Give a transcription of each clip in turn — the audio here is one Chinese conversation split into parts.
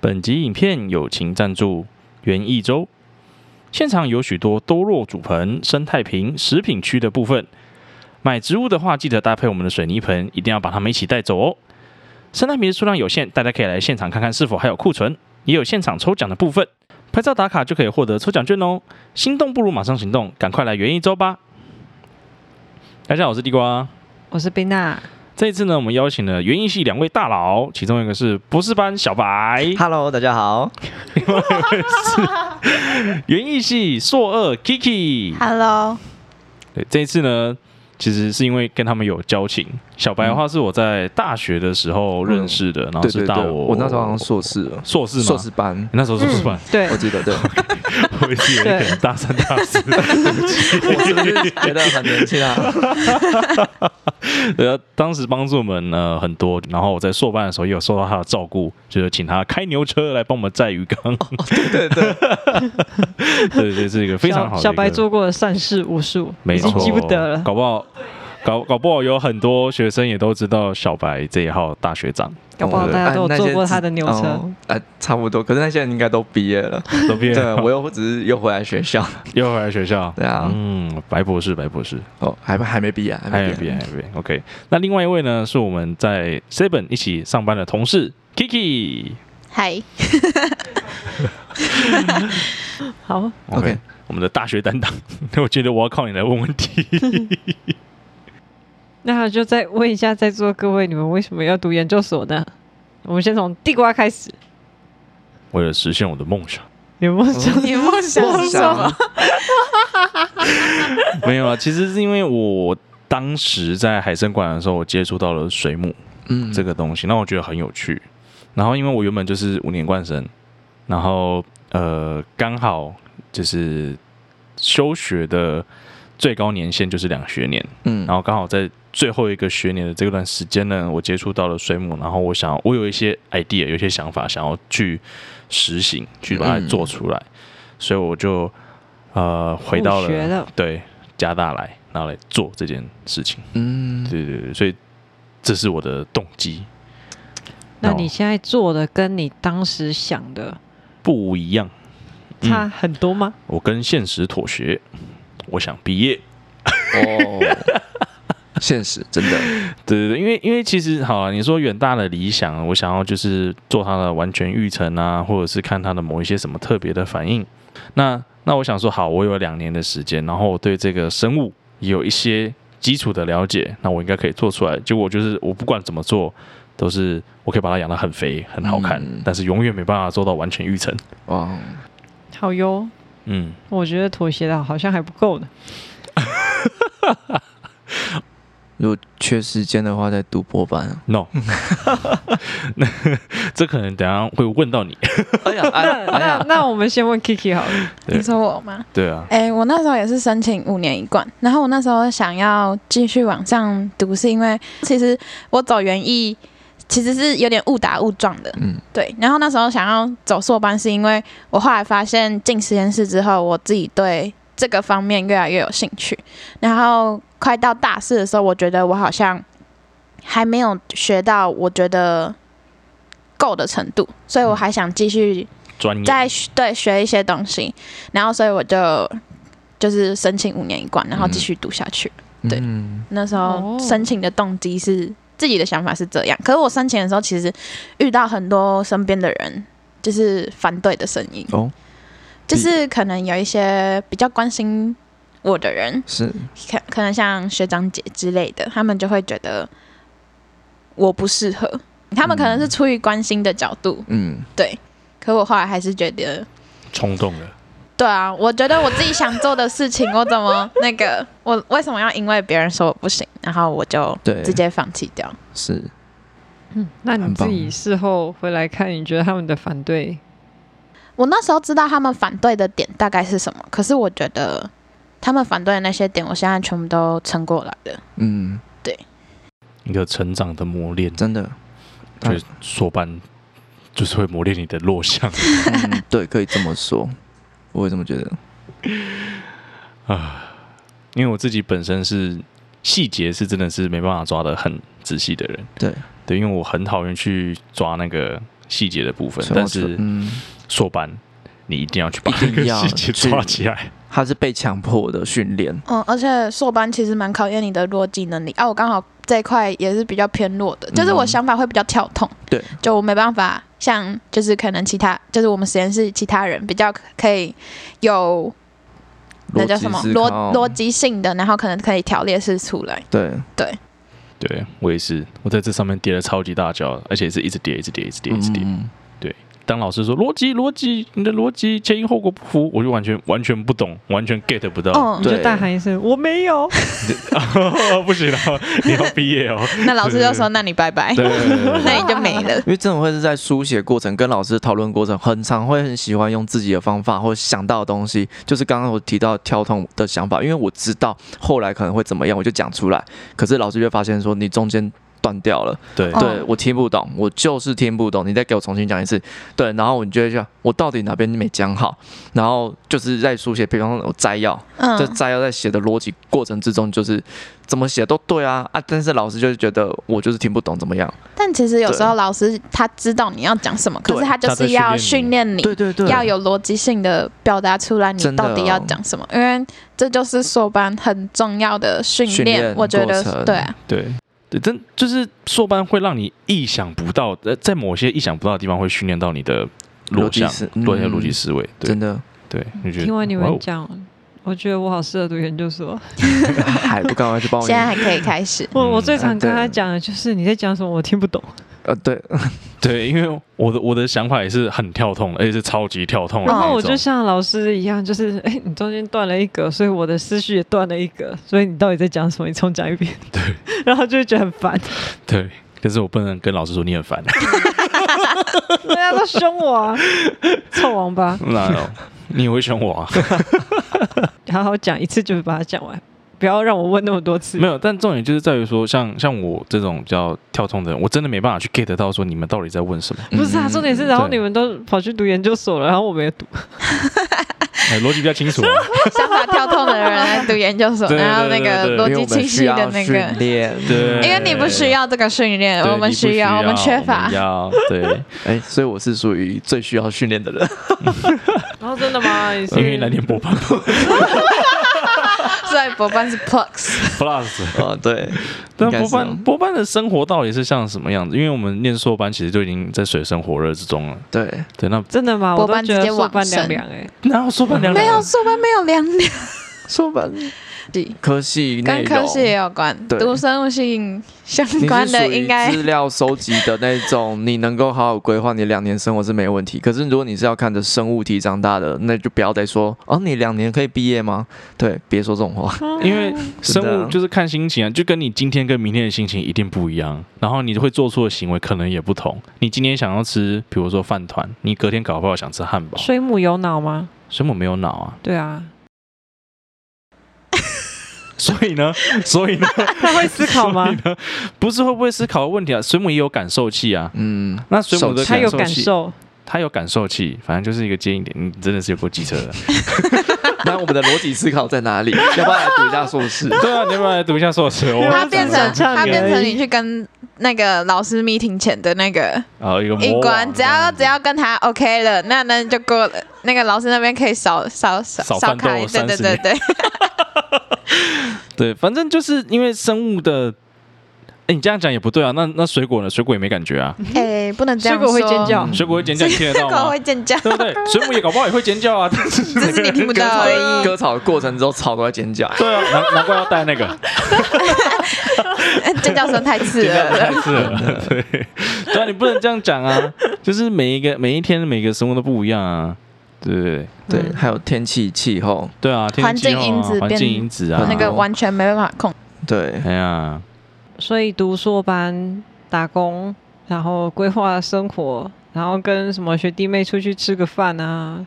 本集影片友情赞助园艺周，现场有许多多肉主盆、生态瓶、食品区的部分。买植物的话，记得搭配我们的水泥盆，一定要把它们一起带走哦。生态瓶的数量有限，大家可以来现场看看是否还有库存，也有现场抽奖的部分，拍照打卡就可以获得抽奖券哦。心动不如马上行动，赶快来园艺周吧！大家好，我是地瓜。我是冰娜。这一次呢，我们邀请了园艺系两位大佬，其中一个是博士班小白， Hello，大家好。园艺系硕二 Kiki。 Hello，对，这一次呢，其实是因为跟他们有交情。小白的话是我在大学的时候认识的，然后嗯对是对大对，我我那时候好像硕士了，硕士吗？硕士嗯班你，那时候是硕士班，对我，记得 对， 我一直以为你可能大三 大四。我是不是觉得很年轻啊？对啊，当时帮助我们呃很多，然后我在硕班的时候也有受到他的照顾，就是请他开牛车来帮我们载鱼缸。 哦对对， 对对，是一个非常好的一个小小白做过的善事无数，没已错，经记不得了。搞不好。搞搞不好有很多学生也都知道小白这一号大学长搞不好大家都有哎那些坐过他的牛车哦呃，差不多。可是那些人应该都毕业了，都毕业 对啊了，我又只是又回来学 校，又回来学校。对啊，嗯，白博士，白博士，哦，还还没毕业，还还没有毕别，业还，有别，OK。那另外一位呢，是我们在 Seven 一起上班的同事 Kiki。嗨，好， OK 我们的大学担当， 我觉得我要靠你来问问题。 那就再问一下在座各位，你们为什么要读研究所呢？我们先从地瓜开始。为了实现我的梦想，有没有哦想？你梦想梦 是什么想？没有啊，其实是因为我当时在海参馆的时候，我接触到了水母 嗯，这个东西，那我觉得很有趣。然后因为我原本就是五年冠生，然后呃刚好就是休学的最高年限就是两学年，嗯然后刚好在最后一个学年的这段时间呢，我接触到了水母，然后我想我有一些 idea，有一些想法想要去实行，去把它做出来，所以我就呃回到入学了了对加大来，然后来做这件事情。嗯，对对对，所以这是我的动机那你现在做的跟你当时想的不一样，差很多吗？我跟现实妥协，我想毕业。哦，现实真的，对对对，因为因为其实好了，你说远大的理想，我想要就是做它的完全育成啊，或者是看它的某一些什么特别的反应。那那我想说，好，我有两年的时间，然后我对这个生物也有一些基础的了解，那我应该可以做出来。结果就是我不管怎么做，都是我可以把它养得很肥、很好看，嗯但是永远没办法做到完全育成。哇，好哟，嗯，我觉得妥协的好像还不够呢。如果缺时间的话，再读博班。啊 No，那这可能等一下会问到你。哎呀，哎呀，那哎那呀，那我们先问 Kiki 好 了，对你说我吗？对啊，哎、我那时候也是申请五年一贯，然后我那时候想要继续往上读，是因为其实我走园艺其实是有点误打误撞的，嗯，对。然后那时候想要走硕班，是因为我后来发现进实验室之后，我自己对这个方面越来越有兴趣。然后快到大四的时候，我觉得我好像还没有学到我觉得够的程度，所以我还想继续专业在学对学一些东西，然后所以我就就是申请五年一贯，然后继续读下去。对嗯那时哦候申请的动机是自己的想法是这样，可是我申请的时候其实遇到很多身边的人就是反对的声音，哦，就是可能有一些比较关心我的人，是，可可能像学长姐之类的，他们就会觉得我不适合，他们可能是出于关心的角度，嗯，可我后来还是觉得冲动了。对啊，我觉得我自己想做的事情，我怎么那个， 我为什么要因为别人说我不行，然后我就对直接放弃掉？是，嗯那你很自棒己事后回来看，你觉得他们的反对我那时候知道他们反对的点大概是什么，可是我觉得他们反对的那些点，我现在全部都撑过来了。嗯，一个成长的磨练，真的，所以说班就是会磨练你的弱 项 嗯，对，可以这么说，我也这么觉得。啊。因为我自己本身是细节是真的是没办法抓的很仔细的人，对对，因为我很讨厌去抓那个细节的部分，所以我但说是嗯，硕班你一定要去把一这定个要啊细节去抓起来。他是被强迫的训练，嗯，而且硕班其实蛮考验你的逻辑能力啊。我刚好这一块也是比较偏弱的，就是我嗯想法会比较跳痛，对，就我没办法像就是可能其他就是我们实验室其他人比较可以有那逻叫辑什么思逻考，逻辑性的，然后可能可以条列式出来。对，对我也是，我在这上面跌了超级大跤，而且是一直跌，一直跌，一直跌，一直跌。嗯，当老师说逻辑逻辑，你的逻辑前因后果不符，我就完全完全不懂，完全 get 不到。嗯你就哦对大喊一声：“我没有。 不行了，啊你要毕 业哦。那老师就说：“那你拜拜。”对对对对那你就没了。因为这种会是在书写过程跟老师讨论过程，很常会很喜欢用自己的方法或想到的东西，就是刚刚我提到跳痛的想法，因为我知道后来可能会怎么样，我就讲出来。可是老师就会发现说你中间断掉了，对哦对，对我听不懂，我就是听不懂，你再给我重新讲一次。对，然后你就会想我到底哪边没讲好，然后就是在书写，比方说我摘要，这嗯，摘要在写的逻辑过程之中，就是怎么写都对啊啊，但是老师就是觉得我就是听不懂怎么样。但其实有时候对老师他知道你要讲什么，可是对他就他在是要训训练你对对对，要有逻辑性的表达出来，你真的到底要哦讲什么，因为这就是硕班很重要的训训练我觉过得程对啊，对哦对，真就是硕班会让你意想不到，呃，在某些意想不到的地方会训练到你的逻逻辑辑思，逻辑逻辑嗯思维。对真的 对，你”觉 得听完你哇哦们讲，我觉得我好适合读研究所。还不赶快去报名？现在还可以开 始。我我最嗯常跟他对讲的就是你在讲什么，我听不懂。呃，对，对，因为我的我的想法也是很跳痛的，而且是超级跳痛的然那一种。后我就像老师一样，就是哎、你中间断了一格，所以我的思绪也断了一格，所以你到底在讲什么？你重讲一遍。对， 然后就会觉得很烦，对，可是我不能跟老师说你很 烦。大家都凶我、啊，臭王八！那你也会选我啊？好好讲一次，就是把它讲完，不要让我问那么多次没。有，但重点就是在于说，像像我这种比较跳痛的人，我真的没办法去 get 到说你们到底在问什么。不是啊，嗯重点是，然后对你们都跑去读研究所了，然后我没有读，哎逻辑比较清楚啊、 想法跳痛的人来读 研究所，对对然后那对对个对逻因为辑我们清需晰的要那训个，练，对因为你不需要这个训练，对我们你不需要，我们缺我乏们。要对，哎，所以我是属于最需要训练的人。然后真的吗？因 因为来点波板所以博班是 plus， plus。哦，对， 但应该博是哦这哦班样博班的生活到底是像什么样子？因为我们念硕班其实就已经在水深火热之中了。对，对，那真的吗？博我都班觉直得接硕往班凉生凉哎，哪有硕班两没有硕班没有凉凉，说吧，科系内跟科容系也有关，对读生物性相你关是的属应于该资料收集的那种，你能够好好规划你两年生活是没问题。可是如果你是要看着生物题长大的，那就不要再说哦，你两年可以毕业吗？ 对，别说这种话。 因为生真的物啊就是看心情啊，就跟你今天跟明天的心情一定不一样，然后你会做出的行为可能也不同。你今天想要吃，比如说饭团，你隔天搞不好想吃汉堡。水母有脑吗？水母没有脑啊，对啊，所以 呢，所以呢，他会思考 吗？不是会不会思考的问题啊，水母也有感受器啊。嗯，那水母的手他有感感受器，受，它有感受器，反正就是一个接应点。你真的是有够机车的。那我们的逻辑思考在哪里？要不要来读一下硕士？ 对啊，你要不要来读一下硕 士？我他我变只成想呛他你变而成已你去跟那个老师 meeting 前的那个啊一个一魔关，王只这要样子，只要跟他 OK 了，那那就过了。那个老师那边可以少少少少奋斗开，对30对对对，对，反正就是因为生物的。哎，你这样讲也不对啊。那那水果呢？水果也没感觉啊。 哎，不能这水样果说。嗯会尖叫。水果会尖叫，你听得水 到果吗会？尖 叫，对不对？水母也搞不好也会尖 叫啊。但是。只是你听不割到草而已。割草的过程之后，草都在尖叫对啊，难难怪要带那 个，尖叫声太刺 尖叫耳了。太刺耳 了。对，对啊，你不能这样讲啊。就是每一个每一天每个生活都不一样啊。对不对对，嗯还有天气、气候，对啊，天环气境气候因啊子环变境因子啊，那个完全没办法控，对，哎呀，所以读硕班、打工，然后规划生活，然后跟什么学弟妹出去吃个饭啊，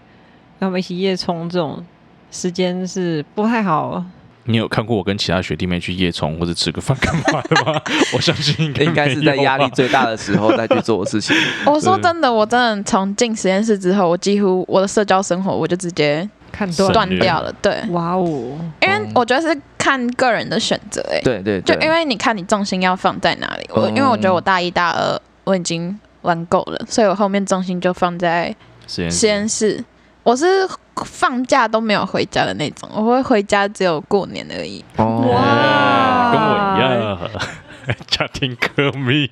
跟他们一起夜冲这种时间是不太好。你有看过我跟其他学弟妹去夜冲或者吃个饭干嘛的吗？ 我相信应该 应该是在没有压力吧最大的时候再去做的事情。 我说真的，我真的从进实验室之后，我几乎我的社交生活我就直接看断断断裂掉了。对，哇哦，因为嗯我觉得是看个人的选择。哎，对对就对，因为你看你重心要放在哪里，我、嗯因为我觉得我大一大二我已经玩够了，所以我后面重心就放在 实验实验室。嗯我是放假都没有回家的那种，我会回家只有过年而已。哦，哇跟我一样， 家庭革命。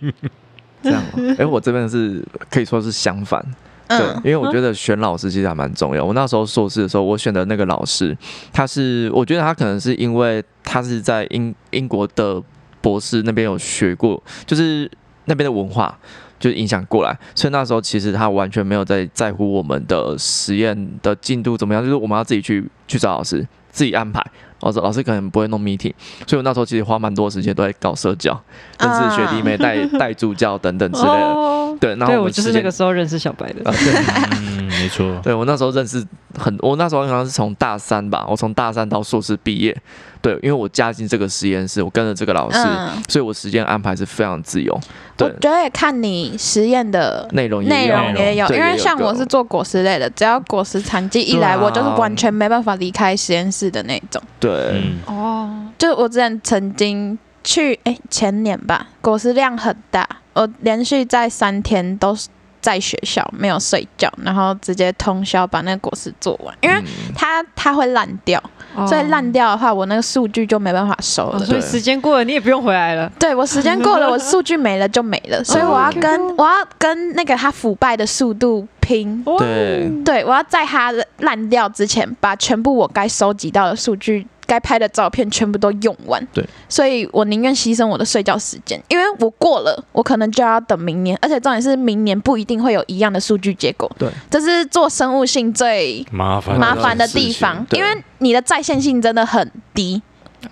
这样哦，哎、我这边是可以说是相反，对，嗯因为我觉得选老师其实还蛮重要。我那时候硕士的时候，我选的那个老师，他是我觉得他可能是因为他是在英英国的博士那边有学过，就是那边的文化就影响过来，所以那时候其实他完全没有在在乎我们的实验的进度怎么样，就是我们要自己去去找老师，自己安排。老师老师可能不会弄 meeting，所以我那时候其实花蛮多时间都在搞社交，认识学弟妹、 带带助教等等之类的。哦，对，然后对我我们就是时那间个时候认识小白的， 嗯，没错。对我那时候认识很，我那时候好像是从大三吧，我从大三到硕士毕业。对，因为我加进这个实验室，我跟着这个老师，嗯，所以我时间安排是非常自由。我对，觉得也看你实验的内哦容也内有容也有，对因为也有像我个是做果实类的，只要果实产季一对来，啊我就是完全没办法离开实验室的那种。对、嗯，哦，就是我之前曾经去，哎、前年吧，果实量很大，我连续在三天都是在学校没有睡觉，然后直接通宵把那个果实做完，因为嗯它它会烂掉，啊所以烂掉的话，我那个数据就没办法收哦，了。所以时间过了，你也不用回来了。对我时间过了，我数据没了就没了，所以我要跟、哦我要跟那个它腐败的速度拼。嗯对对，我要在它烂掉之前，把全部我该收集到的数据、该拍的照片全部都用完。对，所以我宁愿牺牲我的睡觉时间，因为我过了，我可能就要等明年，而且重点是明年不一定会有一样的数据结果。对，这是做生物性最麻烦麻烦的地方，对因为你的在线性真的很低。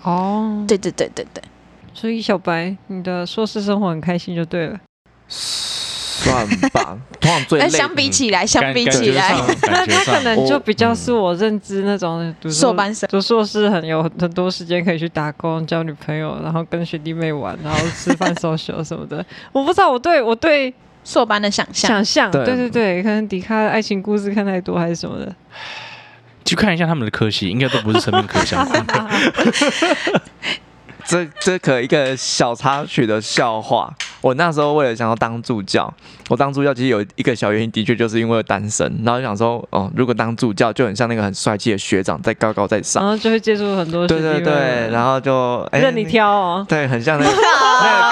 哦，对对对对对，所以小白，你的硕士生活很开心就对了。算吧。通常最哎，累，相比起来，相感比感起觉来，上感觉他可上，能就我比较是我认知那种读硕硕班生。读硕士很有很多时间可以去打工、交女朋友，然后跟学弟妹玩，然后吃饭、social 什么的。 我不知道我对我对 硕班的想象，想象，对对对对，可能迪卡的爱情故事看太多还是什么的。去看一下他们的科系，应啊该都不是生命科相关。这这可一个小插曲的笑话。我那时候为了想要当助教，我当助教其实有一个小原因，的确就是因为单身，然后就想说，哦，如果当助教就很像那个很帅气的学长，在高高在上然。后就会接触很多学对弟对妹，对，然后就哎，任你挑 哦。对，很像那个 那个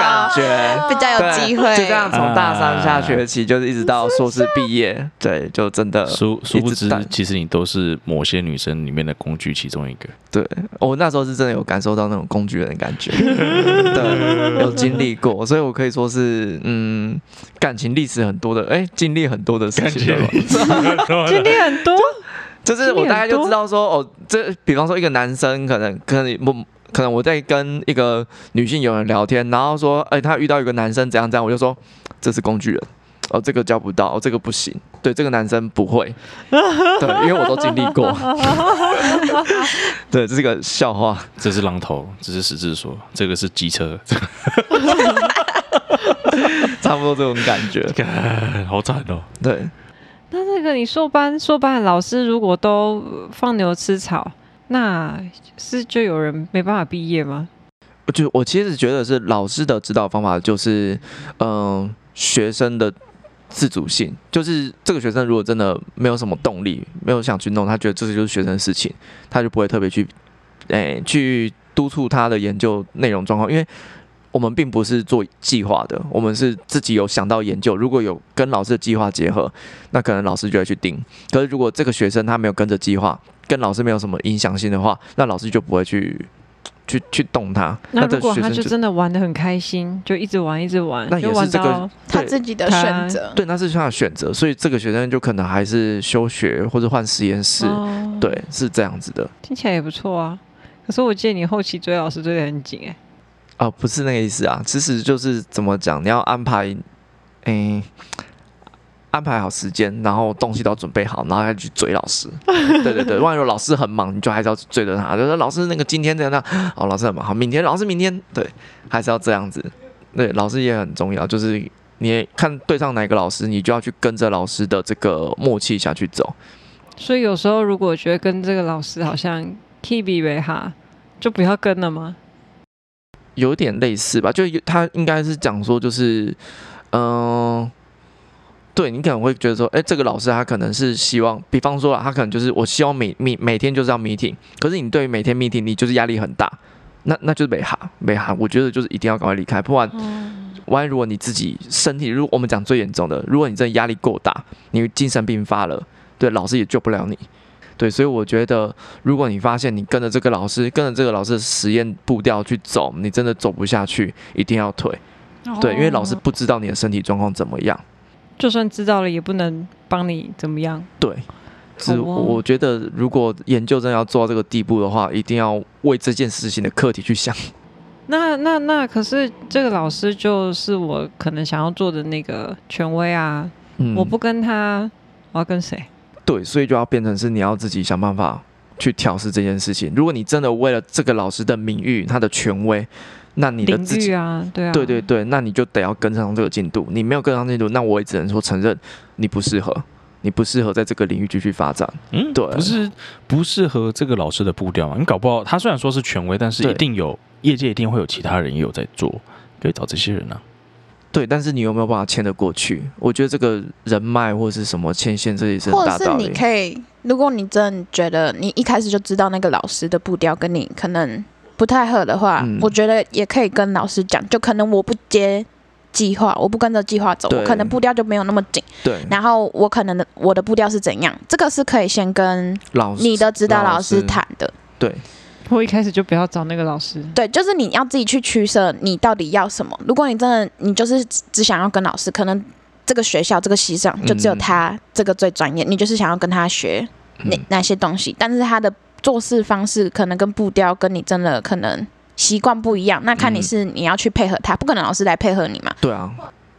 感觉，比较有对机会。啊就这样从大三下学期就是一直到硕士毕业，对，就真的殊殊不知一直淡，其实你都是某些女生里面的工具其中一个。对我那时候是真的有感受到那种工具人的感 觉，对，有经历过，所以我可以说是嗯，感情历史很多的，哎，经历很多的事情，对吧？ 经历很多，就是我大概就知道说，哦，这比方说一个男生可能可能我可能我在跟一个女性友人聊天，然后说，哎、他遇到一个男生怎样怎样，我就说这是工具人，哦，这个交不到，哦，这个不行，对，这个男生不会，对，因为我都经历过， 对，这是个笑话，这是榔头，这是十字锁，这个是机车，这差不多这种感觉，个好惨哦。对，那那个你硕班硕班的老师如果都呃放牛吃草，那是就有人没办法毕业吗？我就我其实觉得是老师的指导方法就是，嗯、学生的自主性，就是这个学生如果真的没有什么动力，没有想去弄，他觉得这个就是学生的事情，他就不会特别去，哎、去督促他的研究内容状况，因为。我们并不是做计划的，我们是自己有想到研究，如果有跟老师的计划结合，那可能老师就会去定。可是如果这个学生他没有跟着计划，跟老师没有什么影响性的话，那老师就不会去去去动他。那这如果学他生就就真的玩的很开心，就一直玩一直玩，那也就是玩这个到他对自己的他选择。对，那是他的选择，所以这个学生就可能还是休学或者换实验室，哦对，是这样子的听起来也不错啊。可是我记得你后期追老师追得很紧哎、啊、不是那个意思啊，其实就是怎么讲，你要安排，诶、安排好时间，然后东西都要准备好，然后再去追老师。 对对对，万一有老师很忙，你就还是要追着他，就说老师那个今天怎样？哦，老师很忙，好，明天老师明天，对，还是要这样子。对，老师也很重要，就是你也看对上哪个老师，你就要去跟着老师的这个默契下去走。所以有时候如果觉得跟这个老师好像 Kibi 为哈，就不要跟了吗？有点类似吧，就有他应该是讲说，就是，嗯、对你可能会觉得说，哎，这个老师他可能是希望，比方说啊，他可能就是我希望每每每天就是要 meeting，可是你对于每天 meeting 你就是压力很大，那那就是没哈没哈，我觉得就是一定要赶快离开，不然万一如果你自己身体，如果我们讲最严重的，如果你真的压力过大，你精神病发了，对老师也救不了你。对，所以我觉得，如果你发现你跟着这个老师，跟着这个老师的实验步调去走，你真的走不下去，一定要退。哦对，因为老师不知道你的身体状况怎么样。就算知道了，也不能帮你怎么样。对，是好哦我觉得，如果研究真的要做到这个地步的话，一定要为这件事情的课题去想。那那那，可是这个老师就是我可能想要做的那个权威啊，嗯，我不跟他，我要跟谁？对，所以就要变成是你要自己想办法去调试这件事情。如果你真的为了这个老师的名誉、他的权威，那你的领自域己。啊，对啊，对对对，那你就得要跟上这个进度。你没有跟上进度，那我也只能说承认你不适合，你不适合在这个领域继续发展。嗯，对不是不适合这个老师的步调嘛？你搞不好他虽然说是权威，但是对一定有业界一定会有其他人也有在做，可以找这些人啊。对，但是你有没有办法牵得过去？我觉得这个人脉或是什么牵线，这也是很或者大是道你理。可以，如果你真的觉得你一开始就知道那个老师的步调跟你可能不太合的话，嗯我觉得也可以跟老师讲，就可能我不接计划，我不跟着计划走，对嗯我可能步调就没有那么紧，对，然后我可能的我的步调是怎样，这个是可以先跟老师你的指导老老师师谈的。对我一开始就不要找那个老师。对，就是你要自己去取舍，你到底要什么。如果你真的你就是只只想要跟老师，可能这个学校这个系上就只有嗯他这个最专业，你就是想要跟他学那嗯那些东西，但是他的做事方式可能跟步调跟你真的可能习惯不一样，那看你嗯是你要去配合他，不可能老师来配合你嘛。对啊，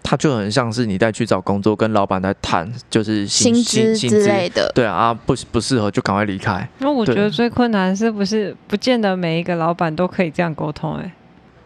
他就很像是你在去找工作，跟老板在谈，就是薪薪资薪之类的，对啊，啊不不适合就赶快离开。那我觉对得最困难是不是不见得每一个老板都可以这样沟通、欸？哎，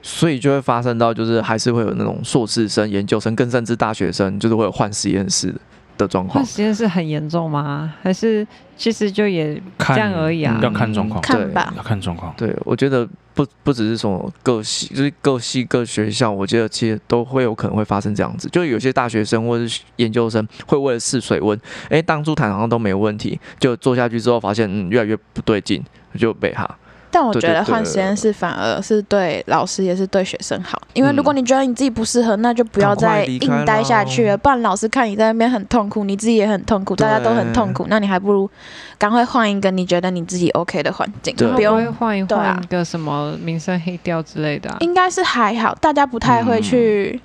所以就会发生到，就是还是会有那种硕士生、研究生，更甚至大学生，就是会有换实验室的状况换。实验室很严重吗？还是其实就也看这样而已啊嗯要看状况，对看吧。要看状况。对，我觉得不不只是什么各系，就是各系各学校，我觉得其实都会有可能会发生这样子。就有些大学生或者是研究生会为了试水温，哎，当初谈好像都没问题，就做下去之后发现，嗯，越来越不对劲，就被哈。但我对觉对得对嗯换实验室反而是对老师也是对学生好，因为如果你觉得你自己不适合，那就不要赶快再离开硬待下去了，不然老师看你在那边很痛苦，你自己也很痛苦，对大家都很痛苦，那你还不如赶快换一个你觉得你自己 OK 的环境，对会不不用会换一对啊换一个什么名声黑调之类的、啊？应该是还好，大家不太嗯会去，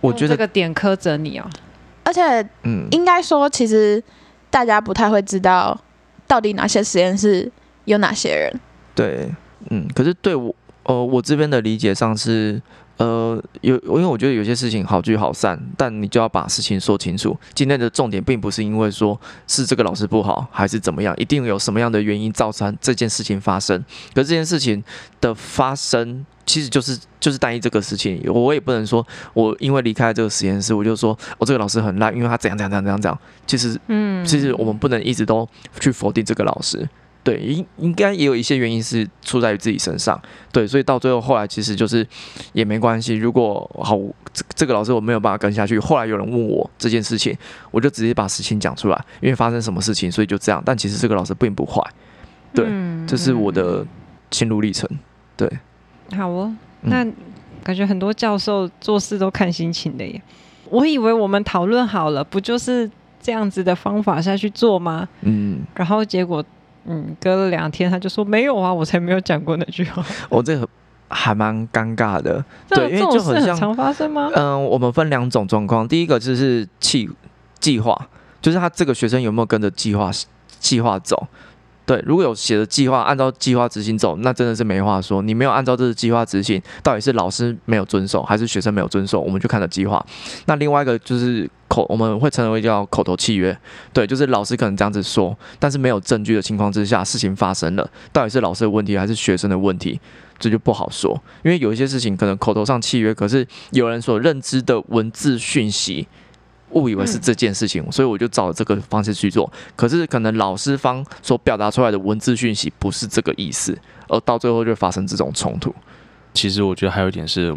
我觉哦用这得，个点苛责你哦、而且嗯，应该说，其实大家不太会知道到底哪些实验室有哪些人。对，嗯，可是对我，呃，我这边的理解上是，呃，有，因为我觉得有些事情好聚好散，但你就要把事情说清楚。今天的重点并不是因为说是这个老师不好，还是怎么样，一定有什么样的原因造成这件事情发生。可是这件事情的发生。其实就是就是单一这个事情，我也不能说我因为离开这个实验室，我就说我、哦、这个老师很烂，因为他怎样怎样怎样怎样怎样。其实嗯，其实我们不能一直都去否定这个老师，对，应应该也有一些原因是出在于自己身上，对，所以到最后后来其实就是也没关系。如果好我这这个老师我没有办法跟下去，后来有人问我这件事情，我就直接把事情讲出来，因为发生什么事情，所以就这样。但其实这个老师并不坏，对嗯这是我的心路历程。好哦，嗯那感觉很多教授做事都看心情的耶。我以为我们讨论好了，不就是这样子的方法下去做吗？嗯，然后结果，嗯，隔了两天他就说没有啊，我才没有讲过那句话。我、哦这个还蛮尴尬的。这对因为这种就很事很像常发生吗？嗯，我们分两种状况，第一个就是计计划，就是他这个学生有没有跟着计划计划走。对，如果有写的计划，按照计划执行走，那真的是没话说。你没有按照这个计划执行，到底是老师没有遵守，还是学生没有遵守？我们就看着计划。那另外一个就是口，我们会称为叫口头契约。对，就是老师可能这样子说，但是没有证据的情况之下，事情发生了，到底是老师的问题还是学生的问题，这就不好说。因为有一些事情可能口头上契约，可是有人所认知的文字讯息，误以为是这件事情，所以我就照这个方式去做。可是可能老师方所表达出来的文字讯息不是这个意思，而到最后就发生这种冲突。其实我觉得还有一点是，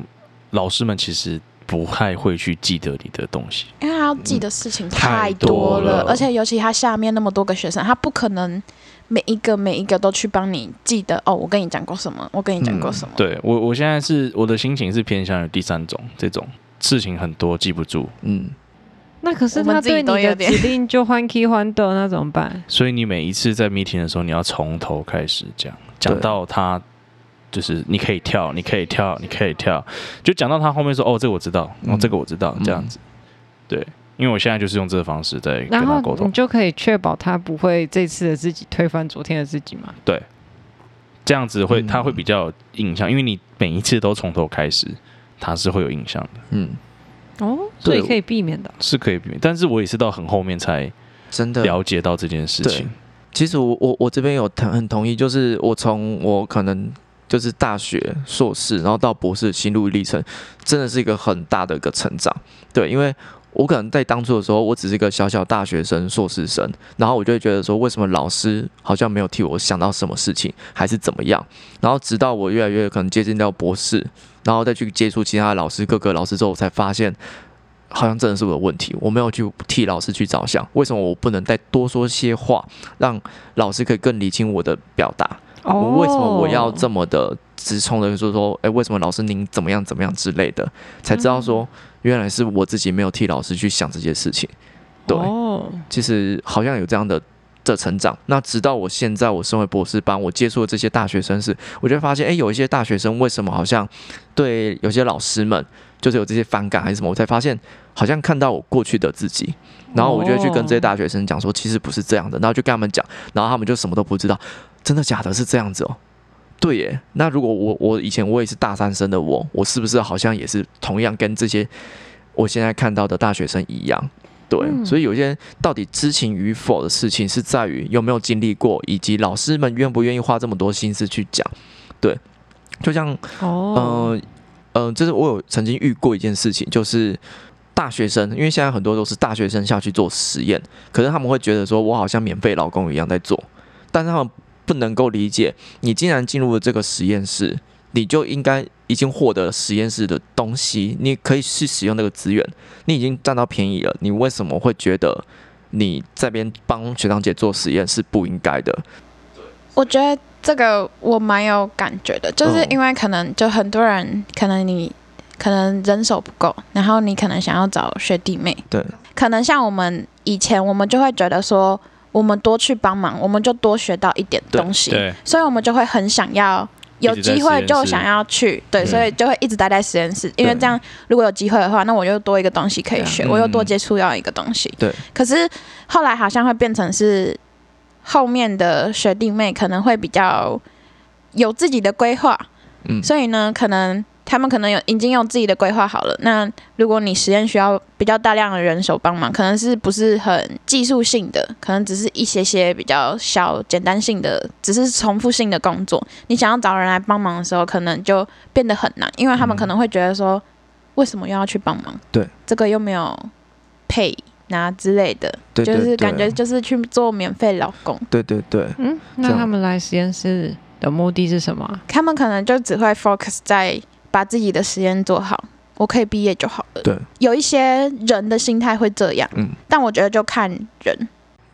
老师们其实不太会去记得你的东西。因为他要记的事情太太多多了，了而且尤其他下面那么多个学生，他不可能每一个每一个都去帮你记得哦。我跟你讲过什么？我跟你讲过什么？对我，我现在是我的心情是偏向于第三种，这种事情很多记不住，嗯，那可是我们他自己对你都有的点指令就换 key 换豆，那怎么办？所以你每一次在 meeting 的时候，你要从头开始讲，讲对到他就是你可以跳，你可以跳，你可以跳，就讲到他后面说哦，这个我知道，哦嗯，这个我知道，嗯这样子。对，因为我现在就是用这个方式在跟然他后沟通你，就可以确保他不会这次的自己推翻昨天的自己嘛？这样子会嗯他会比较有印象，因为你每一次都从头开始，他是会有印象的，嗯，哦，所对以可以避免的。是可以避免。但是我也是到很后面才真的了解到这件事情。其实我我我这边有同很同意，就是我从我可能就是大学硕士，然后到博士的心路历程，真的是一个很大的一个成长。对，因为我可能在当初的时候，我只是一个小小大学生、硕士生，然后我就会觉得说，为什么老师好像没有替我想到什么事情，还是怎么样？然后直到我越来越可能接近到博士，然后再去接触其他的老师、各个老师之后，我才发现。好像真的是我的问题，我没有去替老师去着想，为什么我不能再多说些话，让老师可以更理清我的表达。哦，我为什么我要这么的直冲的说说，哎、为什么老师您怎么样怎么样之类的，才知道说原来是我自己没有替老师去想这些事情。对，哦，其实好像有这样的的成长。那直到我现在，我身为博士班，我接触的这些大学生时，我就会发现，哎、有一些大学生为什么好像对有些老师们就是有这些反感还是什么，我才发现好像看到我过去的自己。然后我就会去跟这些大学生讲说，其实不是这样的，然后就跟他们讲，然后他们就什么都不知道，真的假的是这样子哦。对耶，那如果我我以前我也是大三生的我，我是不是好像也是同样跟这些我现在看到的大学生一样？对，嗯所以有些人到底知情与否的事情，是在于有没有经历过，以及老师们愿不愿意花这么多心思去讲。对，就像哦，嗯嗯，就是我有曾经遇过一件事情，就是大学生，因为现在很多都是大学生下去做实验，可是他们会觉得说我好像免费劳工一样在做，但是他们不能够理解，你既然进入了这个实验室，你就应该已经获得了实验室的东西，你可以去使用那个资源，你已经占到便宜了，你为什么会觉得你这边帮学长姐做实验是不应该的？我觉得这个我蛮有感觉的，就是嗯因为可能就很多人，可能你可能人手不够，然后你可能想要找学弟妹，对，可能像我们以前，我们就会觉得说，我们多去帮忙，我们就多学到一点对东西，对，所以我们就会很想要有机会就想要去，对，嗯所以就会一直待在实验室，因为对这样如果有机会的话，那我又多一个东西可以学，对啊我又多嗯接触到一个东西。对，可是后来好像会变成是后面的学弟妹可能会比较有自己的规划，嗯，所以呢，可能他们可能有已经有自己的规划好了。那如果你实验需要比较大量的人手帮忙，可能是不是很技术性的，可能只是一些些比较小简单性的，只是重复性的工作。你想要找人来帮忙的时候，可能就变得很难，因为他们嗯可能会觉得说，为什么又要去帮忙？对，这个又没有配拿之类的，对对就是感对觉就是去做免费劳工。对对对，嗯，那这样他们来实验室的目的是什么啊？他们可能就只会 focus 在把自己的实验做好，我可以毕业就好了。对，有一些人的心态会这样，嗯。但我觉得就看人。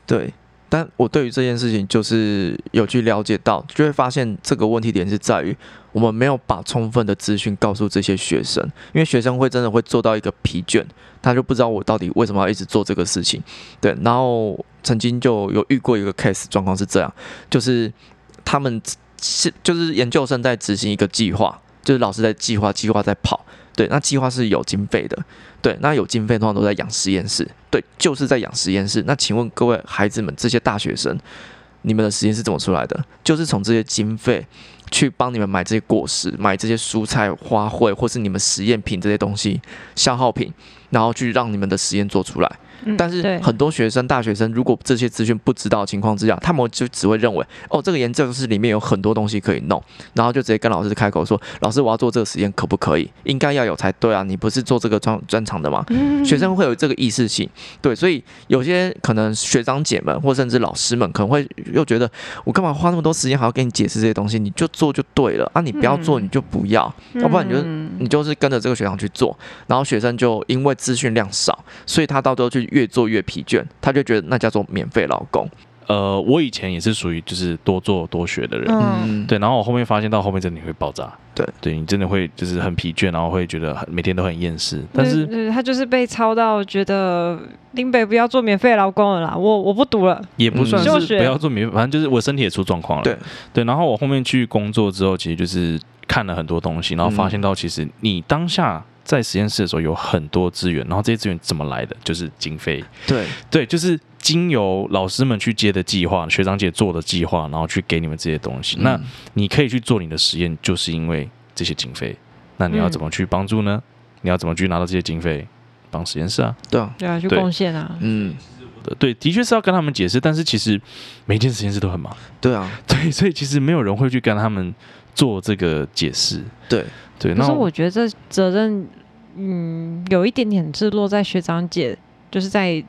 对，但我对于这件事情就是有去了解到，就会发现这个问题点是在于我们没有把充分的资讯告诉这些学生，因为学生会真的会做到一个疲倦，他就不知道我到底为什么要一直做这个事情。对，然后曾经就有遇过一个 case 状况是这样，就是他们是就是研究生在执行一个计划，就是老师在计划，计划在跑。对，那计划是有经费的，对，那有经费通常都在养实验室，对，就是在养实验室。那请问各位孩子们，这些大学生，你们的实验室怎么出来的？就是从这些经费去帮你们买这些果实、买这些蔬菜、花卉，或是你们实验品这些东西消耗品，然后去让你们的实验做出来。嗯但是对很多学生、大学生，如果这些资讯不知道的情况之下，他们就只会认为，哦，这个研究室里面有很多东西可以弄，然后就直接跟老师开口说，老师，我要做这个实验，可不可以？应该要有才对啊，你不是做这个专专长的嗯吗？学生会有这个意识性，对，所以有些可能学长姐们或甚至老师们可能会又觉得，我干嘛花那么多时间还要跟你解释这些东西？你就做就对了啊，你不要做嗯你就不要，要哦不然你就你就是跟着这个学长去做，然后学生就因为资讯量少，所以他到最后就越做越疲倦，他就觉得那叫做免费劳工。呃，我以前也是属于就是多做多学的人，嗯，对，然后我后面发现到后面真的你会爆炸，对，对你真的会就是很疲倦，然后会觉得很每天都很厌世，但对是对他就是被操到，觉得林北不要做免费劳工了啦，我我不读了。也不算嗯休是学不要做免费，反正就是我身体也出状况了，对对，然后我后面去工作之后，其实就是看了很多东西，然后发现到其实你当下。在实验室的时候有很多资源，然后这些资源怎么来的？就是经费，对，对，就是经由老师们去接的计划，学长姐做的计划，然后去给你们这些东西。那嗯你可以去做你的实验，就是因为这些经费。那你要嗯怎么去帮助呢？你要怎么去拿到这些经费帮实验室啊？对啊，对啊，去对贡献啊。嗯，对，的确是要跟他们解释，但是其实每一件实验室都很忙，对啊， 对，所以其实没有人会去跟他们做这个解释。对，对，可那是我觉得这责任，嗯，有一点点是落在学长姐，就是在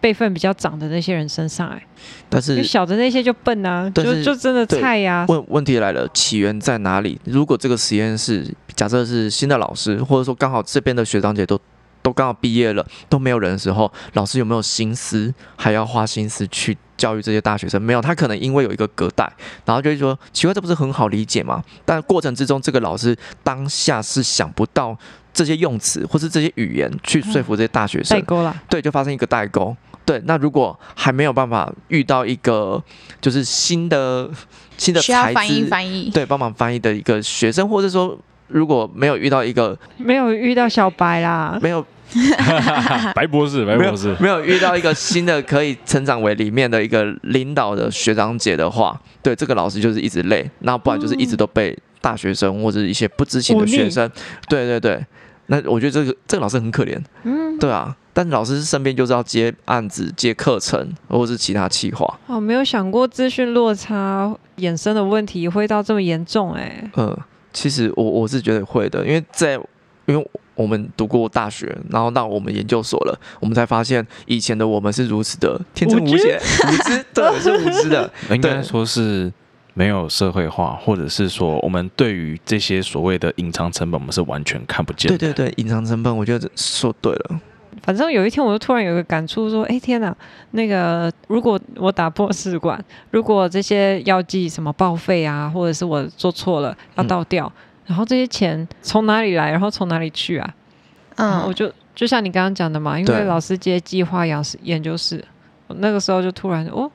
辈分比较长的那些人身上、哎，但因为是。小的那些就笨啊，但就是就真的对菜呀、问问题来了，起源在哪里？如果这个实验室假设是新的老师，或者说刚好这边的学长姐都都刚好毕业了，都没有人的时候，老师有没有心思还要花心思去教育这些大学生？没有，他可能因为有一个隔代，然后就会说奇怪，这不是很好理解吗？但过程之中，这个老师当下是想不到这些用词或是这些语言去说服这些大学生代，沟啦。对，就发生一个代沟。对，那如果还没有办法遇到一个就是新的新的需要才翻译子，翻译，对，帮忙翻译的一个学生，或者说如果没有遇到一个没有遇到小白啦，没有 白博士，白没有博士，没有遇到一个新的可以成长为里面的一个领导的学长姐的话，对这个老师就是一直累，那不然就是一直都被大学生或者一些不知情的忤逆学生，对对对，那我觉得这个这个老师很可怜。嗯，对啊，但老师身边就是要接案子、接课程，或者是其他企划。哦，没有想过资讯落差衍生的问题会到这么严重、哎，嗯，其实我我是觉得会的，因为在因为我们读过大学，然后到我们研究所了，我们才发现以前的我们是如此的天真无无知邪、无知，对，是无知的。应该对说是没有社会化，或者是说我们对于这些所谓的隐藏成本，我们是完全看不见对的。对对，隐藏成本，我觉得说对了。反正有一天我就突然有一个感触，说，哎天哪，那个如果我打破试管，如果这些药剂什么报废啊，或者是我做错了要嗯倒掉，然后这些钱从哪里来，然后从哪里去啊？然后我嗯，就就像你刚刚讲的嘛，因对为老师接计划养是研究室，我那个时候就突然哦，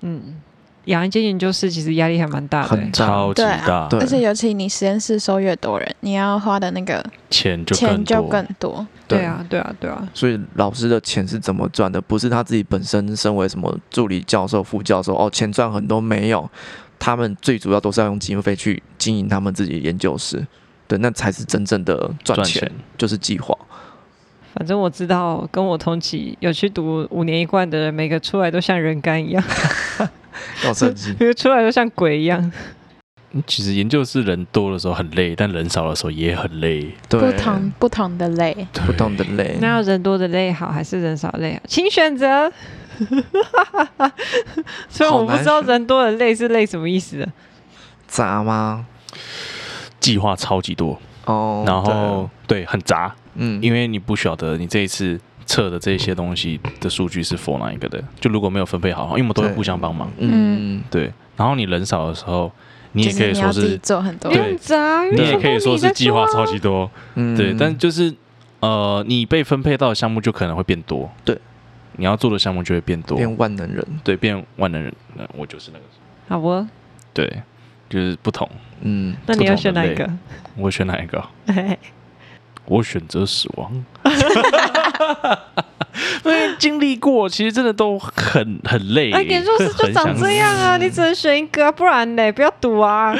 嗯，养一间研究室其实压力还蛮大的、很欸超级对啊大，对而且尤其你实验室收越多人，你要花的那个钱就钱更就多更。多。对啊，对啊，对啊，所以老师的钱是怎么赚的？不是他自己本身身为什么助理教授、副教授哦，钱赚很多没有，他们最主要都是要用经费去经营他们自己的研究室，对，那才是真正的赚赚钱，钱，就是计划。反正我知道，跟我同期有去读五年一贯的人，每个出来都像人干一样，要设计每个 出来都像鬼一样。嗯其实研究室人多的时候很累，但人少的时候也很累。对不同不同的类，不同的累， 那要人多的累好，还是人少的累好？请选 择。虽然我不知道人多的累是累什么意思的，杂吗？计划超级多，哦，然后对很杂，对嗯，因为你不晓得你这一次测的这些东西的数据是否哪一个的，就如果没有分配好，因为我们都会对互相帮忙。嗯，对，然后你人少的时候，你就也可以是你说要自己是，做很多不。用砸，因你哎为也可以说是计划啊超级多。嗯对，但就是呃，你被分配到的项目就可能会变多，对，你要做的项目就会变多，变万能人，对，变万能人，那我就是那个，好不？对，就是不同，嗯，那你要选哪一个？我会选哪一个？嘿我选择死亡。因为经历过，其实真的都很很累。 哎，研究室就很想长这样啊，你只能选一个啊，不然呢？不要 赌啊！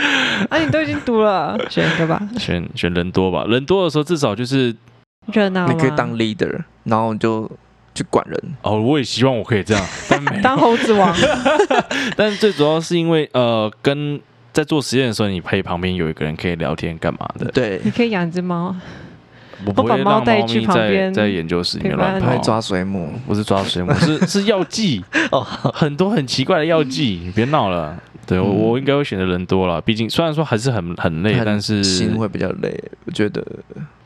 啊，你都已经赌了，选一个吧，选选人多吧，人多的时候至少就是热闹吗。你可以当 leader，然后你就去管人。哦，我也希望我可以 这样，但没有当猴子王， 但最主要是因为呃，跟在做实验的时候，你陪旁边有一个人可以聊天干嘛的，对， 你可以养只猫，我不我会把让猫猫带去咪旁在边在研究室里面乱陪还跑伴。抓水母，不是抓水 母，是是药剂哦很多很奇怪的药剂，你别闹了。对我，嗯我应该会选择人多了，毕竟虽然说还是很很累，很但是心会比较累。我觉得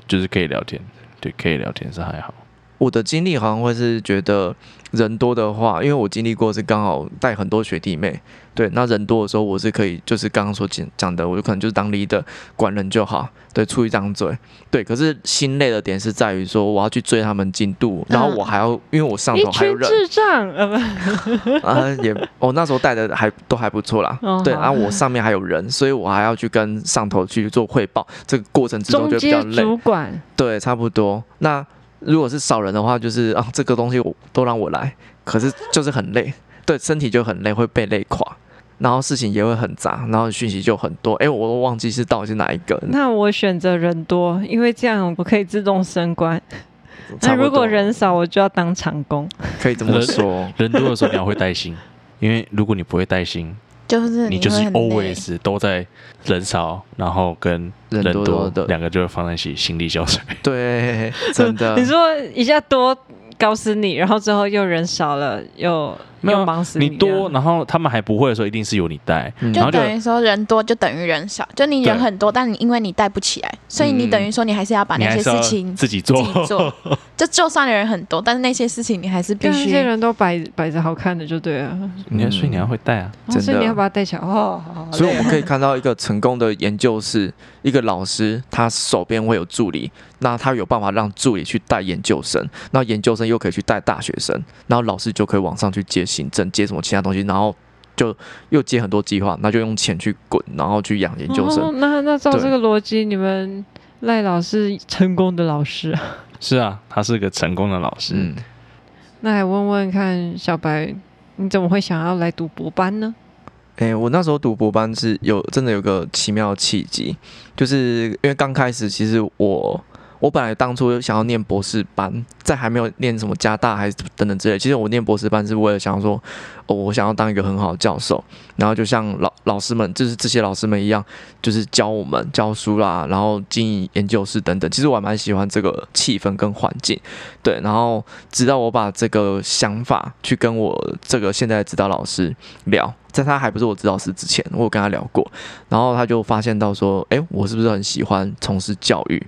就是可以聊天，对，可以聊天是还好。我的经历好像会是觉得人多的话，因为我经历过是刚好带很多学弟妹，对，那人多的时候我是可以就是刚刚所讲讲的，我就可能就是当 leader 管人就好，对，出一张嘴，对。可是心累的点是在于说我要去追他们进度，然后我还要因为我上一头还有群人智障，呃不啊也，我、那时候带的还都还不错啦，哦对，好啊我上面还有人，所以我还要去跟上头去做汇报，这个过程之中中就比较间累。主管，对，差不多。那如果是少人的话，就是啊，这个东西我都让我来，可是就是很累，对身体就很累，会被累垮，然后事情也会很杂，然后讯息就很多，哎，我都忘记是到底是哪一个。那我选择人多，因为这样我可以自动升官。差那不多如果人少，我就要当长工。可以这么人说，人多的时候你要会带 心，因为如果你不会带心，就是你就是会很累 always 都在人少，然后跟人人多多的两个就会放在一起，心力交 瘁。对，真 的你。说一下多搞死你，然后之后又人少了，又没有又忙死啊你这样多，然后他们还不会的时候，一定是有你带。嗯然后就就等于说人多就等于人少，就你人对很多，但你因为你带不起来，所以你嗯等于说你还是要把你那还些是要事情自己自做，己做。 就就算人很多，但是啊那些事情你还是必但那些须。人都摆摆着好看的就对了， 你要所以你要会带啊。哦、所真以的你要把它带起来哦。好好所以我们可以看到一个成功的研究是，一个老师他手边会有助理，那他有办法让助理去带研究生，那研究生又可以去带大学生，然后老师就可以往上去接行政，接什么其他东西，然后就又接很多计划，那就用钱去滚，然后去养研究生。哦、那那照对这个逻辑，你们赖老师成功的老师，是啊，他是个成功的老师。嗯，那还问问看小白，你怎么会想要来读博班呢？诶、我那时候读博班是有真的有个奇妙的契机，就是因为刚开始其实我我本来当初想要念博士班，在还没有念什么加大还是等等之类，其实我念博士班是为了想说，哦，我想要当一个很好的教授，然后就像老老师们，就是这些老师们一样，就是教我们教书啦，然后经营研究室等等。其实我还蛮喜欢这个气氛跟环境，对。然后直到我把这个想法去跟我这个现在的指导老师聊，在他还不是我指导师之前，我有跟他聊过，然后他就发现到说，诶，我是不是很喜欢从事教育？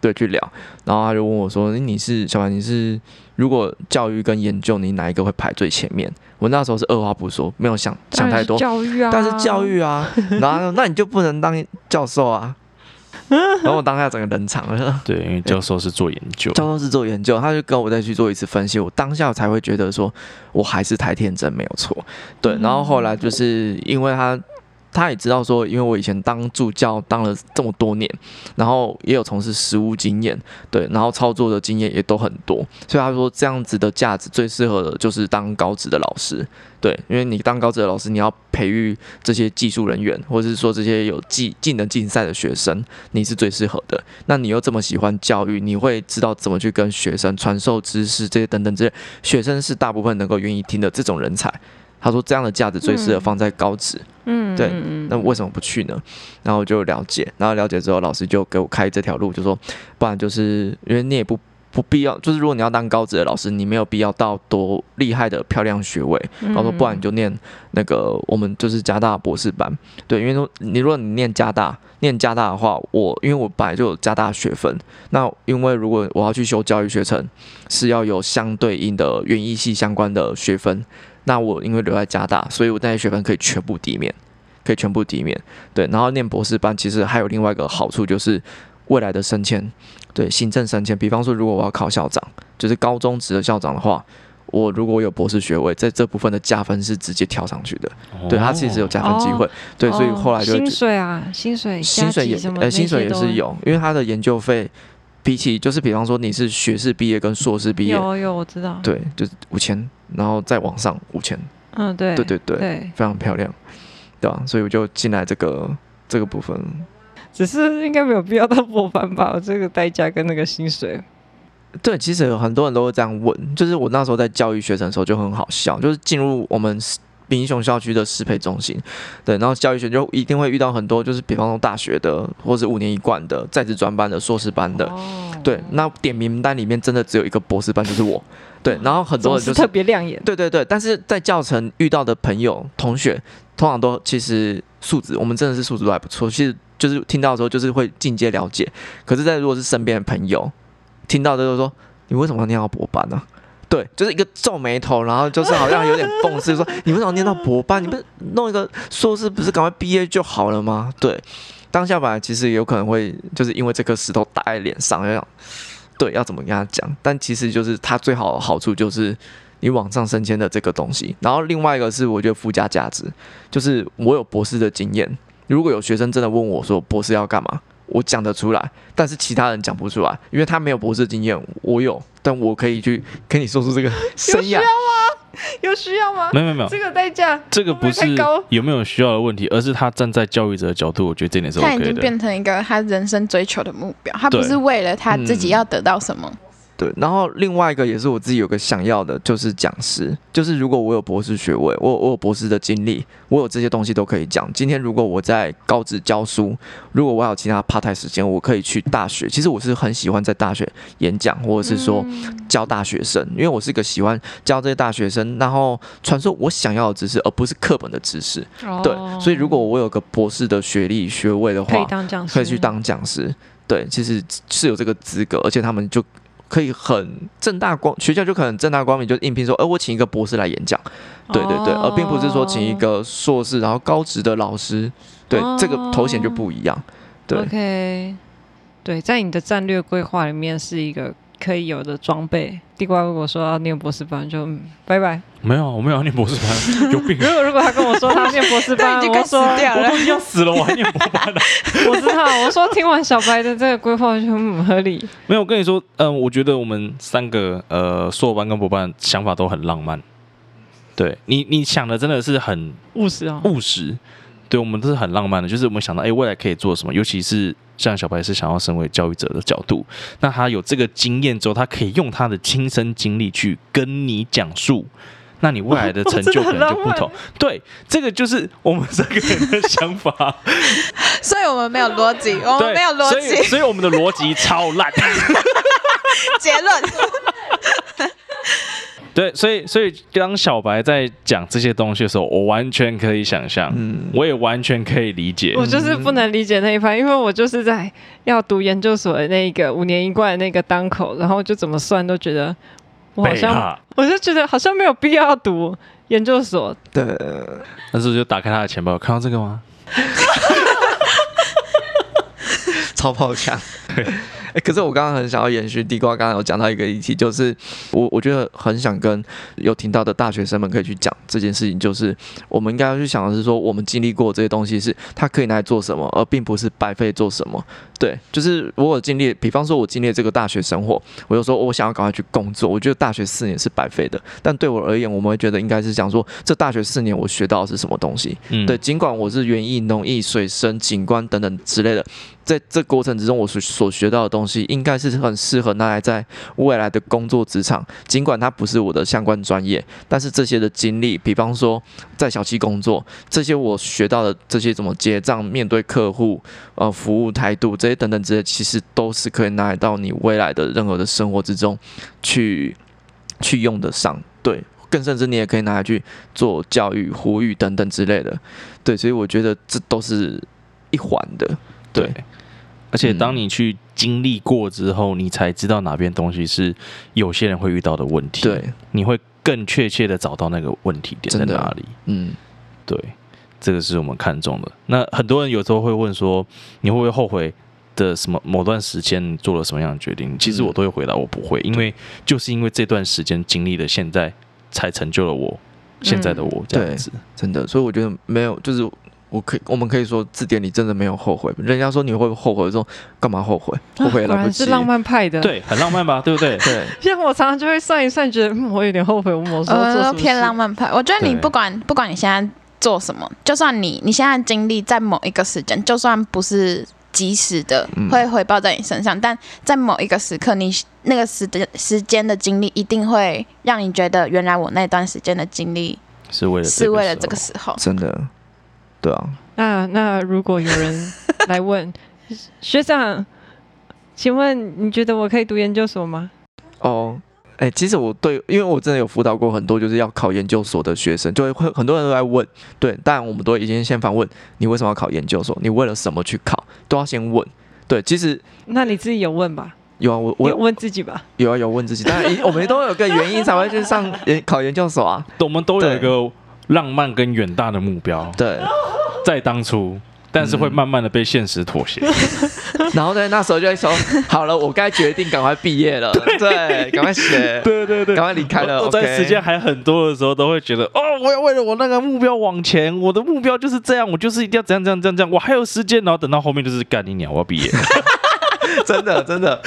对，去聊，然后他就问我说：“诶你是小白，你是如果教育跟研究，你哪一个会排最前面？”我那时候是二话不说，没有想想太多，当然是教育啊，但是教育啊，然后他说那你就不能当教授啊。然后我当下整个冷场了。对，因为教授是做研究，教授是做研究，他就跟我再去做一次分析，我当下才会觉得说，我还是太天真没有错。对，然后后来就是因为他。他也知道说，因为我以前当助教当了这么多年，然后也有从事实务经验，对，然后操作的经验也都很多，所以他说这样子的价值最适合的就是当高职的老师，对，因为你当高职的老师，你要培育这些技术人员，或者是说这些有技技能竞赛的学生，你是最适合的。那你又这么喜欢教育，你会知道怎么去跟学生传授知识这些等等这些，学生是大部分能够愿意听的这种人才。他说这样的价值最适合嗯放在高职，嗯，对嗯那为什么不去呢？然后我就了解，然后了解之后，老师就给我开这条路，就说，不然就是因为你也不不必要，就是如果你要当高职的老师，你没有必要到多厉害的漂亮学位。嗯他说，不然你就念那个我们就是加大博士班，对，因为说你如果你念加大，念加大的话，我因为我本来就有加大学分，那因为如果我要去修教育学程，是要有相对应的园艺系相关的学分，那我因为留在加大，所以我那些学分可以全部抵免，可以全部抵免。对，然后念博士班其实还有另外一个好处就是未来的升迁，对，行政升迁。比方说，如果我要考校长，就是高中职的校长的话，我如果有博士学位，在这部分的加分是直接跳上去的。哦对，它其实有加分机会。对，所以后来就会哦薪觉得水啊，薪水、薪水加也急什么呃那些薪水也都是有，因为他的研究费比起就是比方说你是学士毕业跟硕士毕业，有有，我知道，对，就是五千，然后再往上五千，嗯，对，对对对，对，非常漂亮，对吧、所以我就进来这个这个部分。只是应该没有必要到博班吧？这个代价跟那个薪水，对，其实很多人都会这样问，就是我那时候在教育学生的时候就很好笑，就是进入我们民雄校区的适配中心，对，然后教育学就一定会遇到很多，就是比方说大学的，或是五年一贯的、在职专班的、硕士班的，哦对，那点名单里面真的只有一个博士班，就是我，对，然后很总多人就是是特别亮眼。对对对，但是在教程遇到的朋友、同学，通常都其实素质，我们真的是素质都还不错。其实就是听到的时候，就是会进阶了解。可是，在如果是身边的朋友听到的时候说，你为什么要念到博班呢、对，就是一个皱眉头，然后就是好像有点讽刺，说你为什么要念到博班？你不是弄一个硕士，不是赶快毕业就好了吗？对，当下本来其实有可能会就是因为这颗石头打在脸上，就想对要怎么跟他讲，但其实就是他最好的好处就是你往上升迁的这个东西。然后另外一个是我觉得附加价值，就是我有博士的经验，如果有学生真的问我说博士要干嘛，我讲得出来，但是其他人讲不出来，因为他没有博士经验，我有，但我可以去跟你说出这个 生涯。有需要吗？没有没有没有，这个代价，这个不是会不会太高有没有需要的问题，而是他站在教育者的角度，我觉得这点是他已 OK 经的。变成一个他人生追求的目标，他不对是为了他自己要得到什么。对，然后另外一个也是我自己有个想要的，就是讲师。就是如果我有博士学位，我有我有博士的经历，我有这些东西都可以讲。今天如果我在高职教书，如果我还有其他 part time 时间，我可以去大学。其实我是很喜欢在大学演讲，或者是说嗯教大学生，因为我是一个喜欢教这些大学生，然后传授我想要的知识，而不是课本的知识。对，所以如果我有个博士的学历学位的嗯哦话，可以当讲师，可以去当讲师。对，其实是有这个资格，而且他们就可以很正大光，学校就可能正大光明就应聘说，哎、我请一个博士来演讲。对对哦对，而并不是说请一个硕士，然后高职的老师。对，这个头衔就不一样。对 OK，对，在你的战略规划里面是一个可以有的装备。地瓜如果说要念博士班，就嗯拜拜。没有啊，我没有要念博士班， 有病如啊！果如果他跟我说他要念博士班， 他已嗯经我快说死掉了我都已经要死了，我还念博班啊我知道， 我说听完小白的这个规划就很合理。没有，我跟你说，嗯，我觉得我们三个呃硕班跟博班想法都很浪漫。对你，你想的真的是很务实哦，务实。啊对我们都是很浪漫的，就是我们想到，哎，未来可以做什么？尤其是像小白是想要身为教育者的角度，那他有这个经验之后，他可以用他的亲身经历去跟你讲述，那你未来的成就可能就不真的很同浪。对，这个就是我们三个人的想 法。所以我们没有逻辑，我们对，没有逻所以辑所以我们的逻辑超烂。 结论。对，所以所以当小白在讲这些东西的时候，我完全可以想象，嗯，我也完全可以理解。嗯我就是不能理解那一番，因为我就是在要读研究所的那个五年一贯的那个当口，然后就怎么算都觉得我好北像，哈，我就觉得好像没有必要读研究所，对，但是我就打开他的钱包，看到这个吗？ 超爆强。欸可是我刚刚很想要延续地瓜，刚刚有讲到一个议题，就是我我觉得很想跟有听到的大学生们可以去讲这件事情，就是我们应该要去想的是说，我们经历过这些东西是它可以拿来做什么，而并不是白费做什么。对，就是我有经历，比方说我经历这个大学生活，我就说我想要赶快去工作，我觉得大学四年是白费的。但对我而言，我们会觉得应该是想说，这大学四年我学到的是什么东西，嗯，对，尽管我是园艺、农艺、水生、景观等等之类的，在这过程之中，我所所学到的东西，应该是很适合拿来在未来的工作职场。尽管它不是我的相关专业，但是这些的经历，比方说在小七工作，这些我学到的这些怎么结账、面对客户、呃服务态度这些等等之类，其实都是可以拿来到你未来的任何的生活之中去去用得上。对，更甚至你也可以拿来去做教育、呼吁等等之类的。对，所以我觉得这都是一环的。对。而且当嗯你去经历过之后，你才知道哪边东西是有些人会遇到的问题，，对，你会更确切的找到那个问题点在真的哪里。嗯，对，这个是我们看中的。那很多人有时候会问说，你会不会后悔的什么某段时间做了什么样的决定？其实我都会回答我不会，因为就是因为这段时间经历了现在，才成就了我现在的嗯我这样子。真的。所以我觉得没有，就是我可以，我们可以说字典里真的没有后悔。人家说你会不会后悔，说干嘛后悔？后悔也啊果来不然及。是浪漫派的。，对，很浪漫吧，对不对？对， 像我常常就会算一算，觉得嗯，我有点后悔，我某时候做什呃，么偏事浪漫派。我觉得你对不管不管你现在做什么，就算你你现在经历在某一个时间，就算不是及时的嗯会回报在你身上，但在某一个时刻，你那个时的时间的经历一定会让你觉得，原来我那段时间的经历是为了这是为了这个时时候。真的，对啊，那那如果有 人来问学长，请问你觉得我可以读研究所吗？哦，哎，其实我对，因为我真的有辅导过很多就是要考研究所的学生，就会会很多人都在问，对，但我们都已经先反问你为什么要考研究所，你为了什么去考，都要先问。对，其实那你自己有问吧？有啊，我你我有问自己吧。有啊有问自己，当然一我们都有个原因才会去上研考研究所啊。候，我们都有对一个浪漫跟远大的目标，对，在当初，但是会慢慢的被现实妥协。嗯然后在那时候就会说，好了，我该决定赶快毕业了，对，赶快写，对对对赶快离开了。我在 OK 时间还很多的时候，都会觉得哦，我要为了我那个目标往前，我的目标就是这样，我就是一定要怎样怎样怎样怎样，我还有时间。然后等到后面就是干你鸟，我要毕 业。真的真的。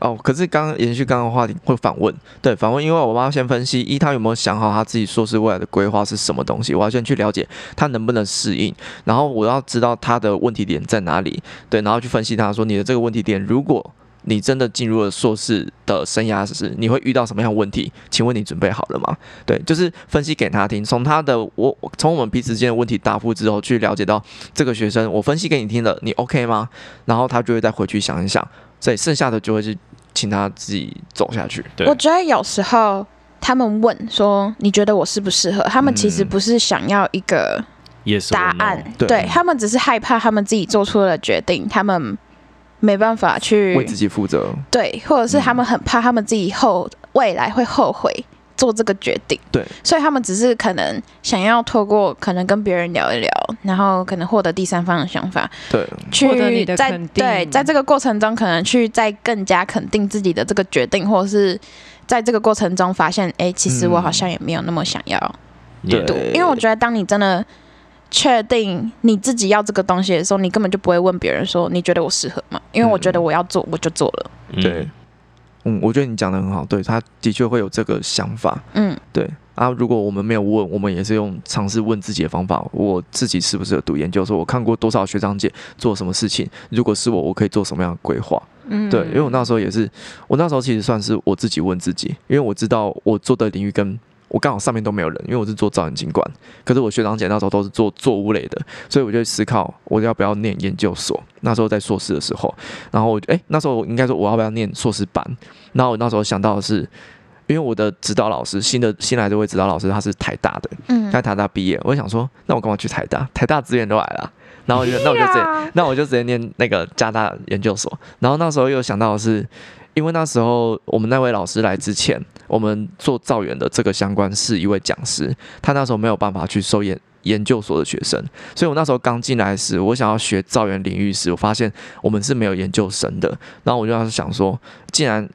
哦，可是刚延续刚刚的话题，会反问，对反问，因为我妈先分析一，她有没有想好她自己硕士未来的规划是什么东西，我要先去了解她能不能适应，然后我要知道她的问题点在哪里，对，然后去分析她说你的这个问题点，如果你真的进入了硕士的生涯时，你会遇到什么样的问题？请问你准备好了吗？对，就是分析给她听，从她的我从我们彼此之间的问题答复之后，去了解到这个学生，我分析给你听了，你 OK 吗？然后他就会再回去想一想，所以剩下的就会是请他自己走下去。对我觉得有时候他们问说你觉得我适不适合，他们其实嗯不是想要一个也是答案，对他们只是害怕他们自己做出了决定，他们没办法为去自己负责，对，或者是他们很怕他们自己后未来会后悔做这个决定，对，所以他们只是可能想要透过可能跟别人聊一聊，然后可能获得第三方的想法，对，嗯获得你去的在肯定对，在这个过程中，可能去再更加肯定自己的这个决定，或者是在这个过程中发现，哎，其实我好像也没有那么想要也对读，因为我觉得当你真的确定你自己要这个东西的时候，你根本就不会问别人说你觉得我适合吗？因为我觉得我要做，我就做了。嗯对，嗯，我觉得你讲的很好，对他的确会有这个想法，嗯，对啊。如果我们没有问，我们也是用尝试问自己的方法，我自己适不适合读研究所？我看过多少学长姐做什么事情，如果是我，我可以做什么样的规划？嗯，对，因为我那时候也是，我那时候其实算是我自己问自己，因为我知道我做的领域跟我刚好上面都没有人，因为我是做造影景观，可是我学长姐那时候都是做作物类的，所以我就思考我要不要念研究所。那时候在硕士的时候，然后我就哎、那时候我应该说我要不要念硕士班？然后我那时候想到的是，因为我的指导老师新的新来这位指导老师他是台大的，嗯在台大毕业，我就想说那我干嘛去台大？台大资源都来了，然后我就那我就直接那我就直接念那个加拿大研究所。然后那时候又想到的是，因为那时候我们那位老师来之前，我们做造园的这个相关是一位讲师，他那时候没有办法去收研研究所的学生，所以我那时候刚进来时，我想要学造园领域时，我发现我们是没有研究生的。然后我就要想说，既然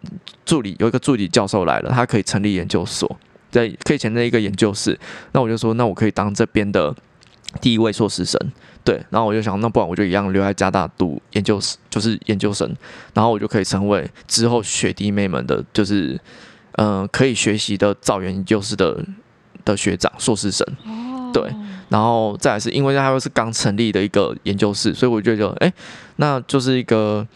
助理有一个助理教授来了，他可以成立研究所，对，可以成立一个研究室，那我就说，那我可以当这边的第一位硕士生。对，然后我就想，那不然我就一样留在加大读研究，就是研究生，然后我就可以成为之后学弟妹们的，就是嗯、呃可以学习的造园研究室的的学长、硕士生。对，然后再来是因为它又是刚成立的一个研究室，所以我就觉得，哎，那就是一个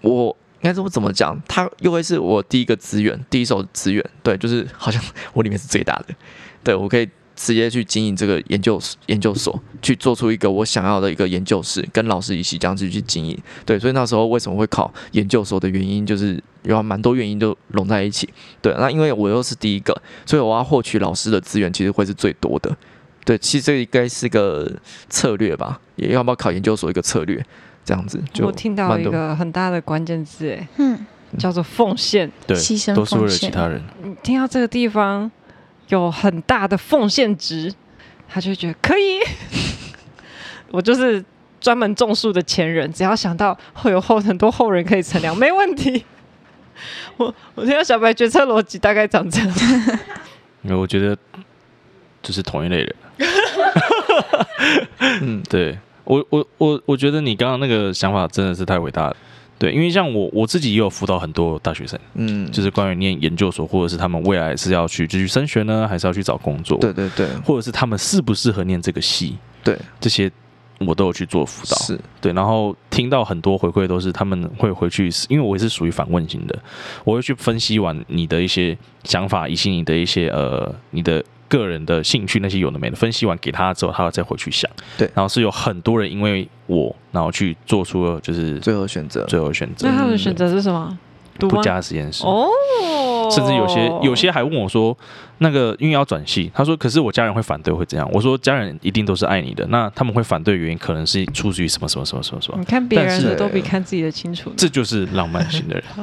我应该是我怎么讲，它又会是我第一个资源，第一手资源，对，就是好像我里面是最大的，对我可以直接去经营这个研究研究所，去做出一个我想要的一个研究室，跟老师一起这样子去经营，对，所以那时候为什么会考研究所的原因，就是有蛮多原因就拢在一起，对，那因为我又是第一个，所以我要获取老师的资源，其实会是最多的。对，其实这应该是个策略吧，也要不要考研究所一个策略，这样子就我听到蛮一多个很大的关键字，哎，嗯，叫做奉献。对，牺牲都是为了奉献其他人。你听到这个地方有很大的奉献值，他就会觉得可以。 我就是专门种树的前人，只要想到会有后很多后人可以乘凉，没问题。 我我听到小白决策逻辑大概 长这样，因为我觉得就是同一类 人。嗯，对我，我，我，我觉得你刚刚那个想法真的是太伟大了。对，因为像我我自己也有辅导很多大学生，嗯，就是关于念研究所，或者是他们未来是要去继续升学呢，还是要去找工作，对对对或者是他们适不适合念这个系，对，这些我都有去做辅导，是对，然后听到很多回馈都是他们会回去，因为我也是属于反问型的，我会去分析完你的一些想法，以及你的一些呃你的个人的兴趣那些有的没的，分析完给他之后，他再回去想。对然后是有很多人因为我，然后去做出了就是最后选择。最后的选择那，他们选择是什么？读不吗？加实验室。哦，甚至有些有些还问我说，那个因为要转系，他说可是我家人会反对会怎样？我说家人一定都是爱你的，那他们会反对的原因可能是出自于什么什么什么什么什么你，看别但人是的都比看自己的清楚呢。这就是浪漫型的人。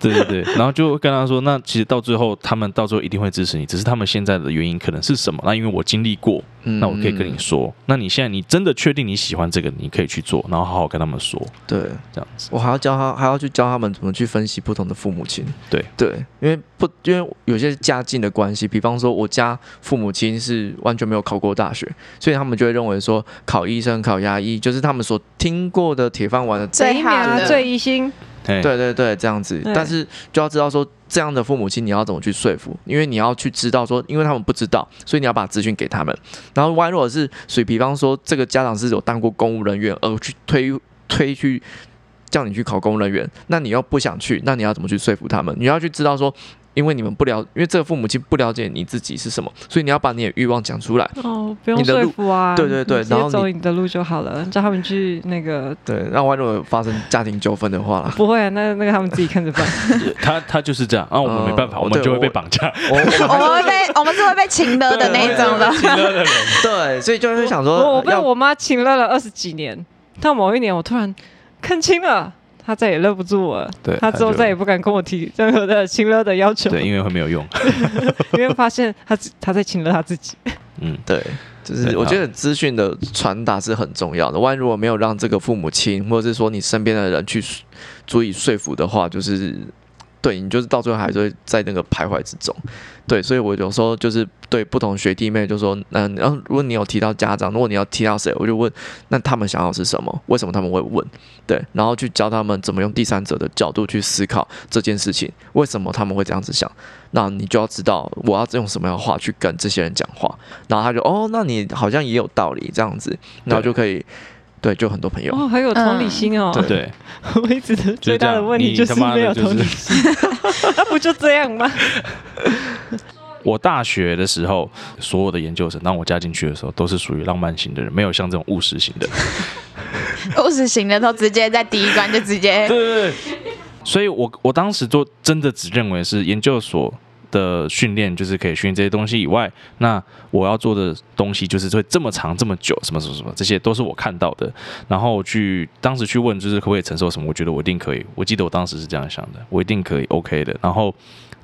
对对对，然后就跟他说，那其实到最后他们到最后一定会支持你，只是他们现在的原因可能是什么？那因为我经历过，嗯那我可以跟你说，那你现在你真的确定你喜欢这个，你可以去做，然后好好跟他们说，对，这样子。我还要教他，还要去教他们怎么去分析不同的父母亲。对对，因为不因为有些家境的关系，比方说我家父母亲是完全没有考过大学，所以他们就会认为说考医生、考牙医就是他们所听过的铁饭碗的。贼最好秒的最一心，对对对对，这样子，对但是就要知道说这样的父母亲你要怎么去说服，因为你要去知道说，因为他们不知道，所以你要把资讯给他们。然后，万一如果是属于比方说这个家长是有当过公务人员，而去推推去叫你去考公务人员，那你又不想去，那你要怎么去说服他们？你要去知道说。因为你们不了，因为这个父母亲不了解你自己是什么，所以你要把你的欲望讲出来。哦，不用你的说路服啊，对对对你直接然后你走你的路就好了，叫他们去那个。对，让万一如果有发生家庭纠纷的话 啦，不会啊，那那个他们自己看着办。他他就是这样，啊，我们嗯没办法，我们对就会被我绑架，我 我我们会被我们是会被请的的那一种的。亲热的人，对，所以 就会想说，我我呃被要我妈请乐了二十几年，到某一年我突然看清了，她再也勒不住我了。对她之后她就再也不敢跟我提任何的请乐的要求，对，因为会没有用， 因为发现她自她在请乐她自 己。嗯，对，就对是我好觉得资讯的传达是很重要的。万一如果没有让这个父母亲，或者是说你身边的人去足以说服的话，就是对你就是到最后还是会在那个徘徊之中。对，所以我有时候就是对不同学弟妹就说，嗯，然后如果你有提到家长，如果你要提到谁，我就问，那他们想要的是什么？为什么他们会问？对，然后去教他们怎么用第三者的角度去思考这件事情，为什么他们会这样子想？那你就要知道我要用什么样的话去跟这些人讲话。然后他就哦，那你好像也有道理这样子，然后就可以对，就很多朋友。哦，好有同理心哦。嗯对， 我一直的最大的问题就是是这样没有你他妈同的理就是心，那 不就这样吗？我大学的时候，所有的研究生，当我加进去的时候，都是属于浪漫型的人，没有像这种务实型的。务实型的都直接在第一关就直接对对对。所以我我当时做真的只认为是研究所的训练，就是可以训练这些东西以外，那我要做的东西就是会这么长这么久，什么什么什么，这些都是我看到的。然后去当时去问，就是可不可以承受什么？我觉得我一定可以。我记得我当时是这样想的，我一定可以，OK 的。然后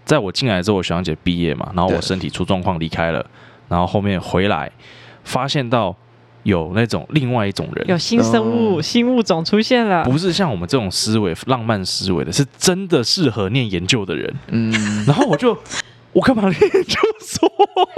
在我进来之后，我小杨姐毕业嘛，然后我对身体出状况离开了，然后后面回来发现到有那种另外一种人，有新生物、哦新物种出现了， 不是像我们这种思维浪漫思维的，是真的适合念研究的人。 嗯，然后我就，我干嘛念研究所？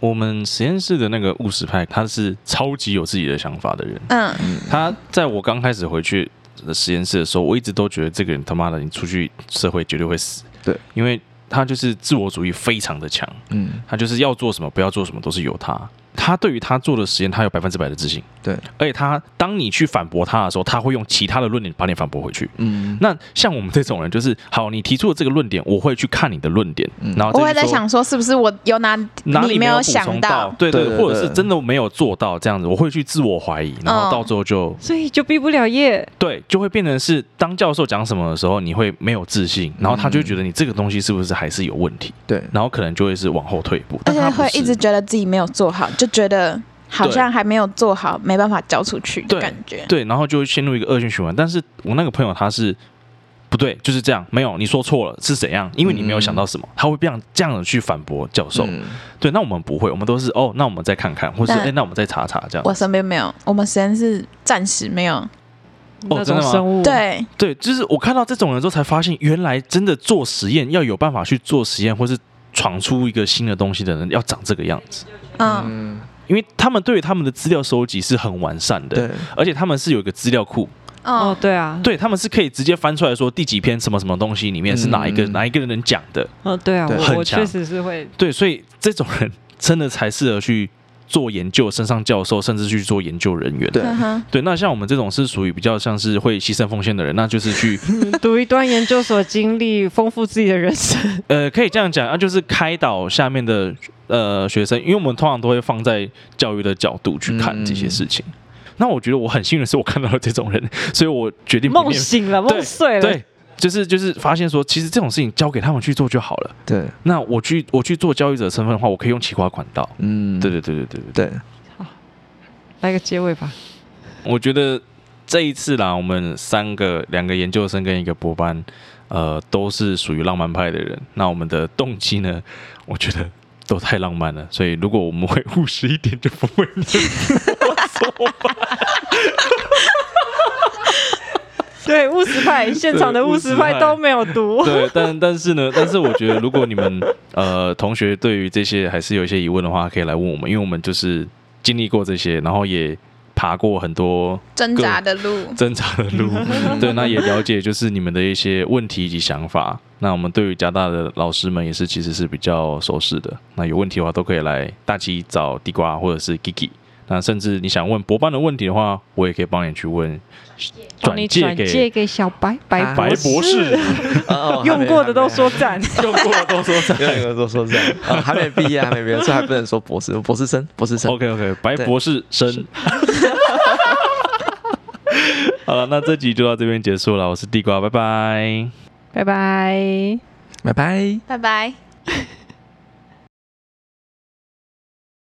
我们实验室的那个务实派，他是超级有自己的想法的人。嗯，他在我刚开始回去的实验室的时候，我一直都觉得这个人他妈的，你出去社会绝对会死。对，因为他就是自我主义非常的强，嗯，他就是要做什么不要做什么都是由他。他对于他做的实验，他有百分之百的自信。对，而且他当你去反驳他的时候，他会用其他的论点把你反驳回去。嗯， 那像我们这种人，就是好，你提出了这个论点，我会去看你的论点，嗯然后我再去会在说想说是不是我有哪哪你没有补充想到，对对对或者是对真的没有做到这样子，我会去自我怀疑，然后嗯到最后就、所以就毕不了业。对，就会变成是当教授讲什么的时候，你会没有自信，然后他就会觉嗯得你这个东西是不是还是有问题，对，然后可能就会是往后退一步，而但且他不会一直是觉得自己没有做好，就觉得好像还没有做好，没办法交出去的对感觉。对，然后就会陷入一个恶性循环。但是我那个朋友他是不对，就是这样，没有你说错了是怎样，因为你没有想到什么，他会这样这样的去反驳教授。嗯对，那我们不会，我们都是哦，那我们再看看，或是但哎，那我们再查查这样。我身边没有，我们实验室暂时没有。那哦真种的吗生物，，对，对，就是我看到这种人之后才发现，原来真的做实验要有办法去做实验，或是闯出一个新的东西的人，要长这个样子。嗯，因为他们对于他们的资料收集是很完善的，对，而且他们是有一个资料库，哦哦，，对啊，对他们是可以直接翻出来说第几篇什么什么东西里面是哪一个、嗯哪一个人讲的，哦，对啊，对我很我强确实是会， 对，所以这种人真的才适合去做研究、升上教授，甚至去做研究人员。对嗯哼，对，那像我们这种是属于比较像是会牺牲奉献的人，那就是 去读一段研究所经历，丰富自己的人 生。呃，可以这样讲啊，就是开导下面的呃学生，因为我们通常都会放在教育的角度去看这些嗯事情。那我觉得我很幸运的是，我看到了这种人，所以我决定不梦念醒了，梦碎了。对，就是就是发现说，其实这种事情交给他们去做就好了。对，那我去我去做交易者身份的话，我可以用其他管道。嗯，对对对对对对，对，来个结尾吧。我觉得这一次啦，我们三个两个研究生跟一个博班，呃，都是属于浪漫派的人。那我们的动机呢，我觉得都太浪漫了，所以如果我们会务实一点，就不会那么做吧。对，务实派，现场的务实派都没有读。对，但但是呢，但是我觉得，如果你们呃同学对于这些还是有一些疑问的话，可以来问我们，因为我们就是经历过这些，然后也爬过很多挣扎的路，挣扎的路，对，那也了解就是你们的一些问题以及想法。那我们对于加大的老师们也是其实是比较熟识的。那有问题的话都可以来大七找地瓜或者是 Gigi。那甚至你想问博班的问题的话，我也可以帮你去问，转哦你借转借给给小白白白博士， 哦用过的都说， 赞。用过的都说还没还没 用过的都说这样，啊还没毕业，还没毕业，所以还不能说博士，博士生，博士生。 OK OK，白博士生。 好了，那这集就到这边结束了。我是地瓜，拜拜。拜拜。拜拜。拜拜。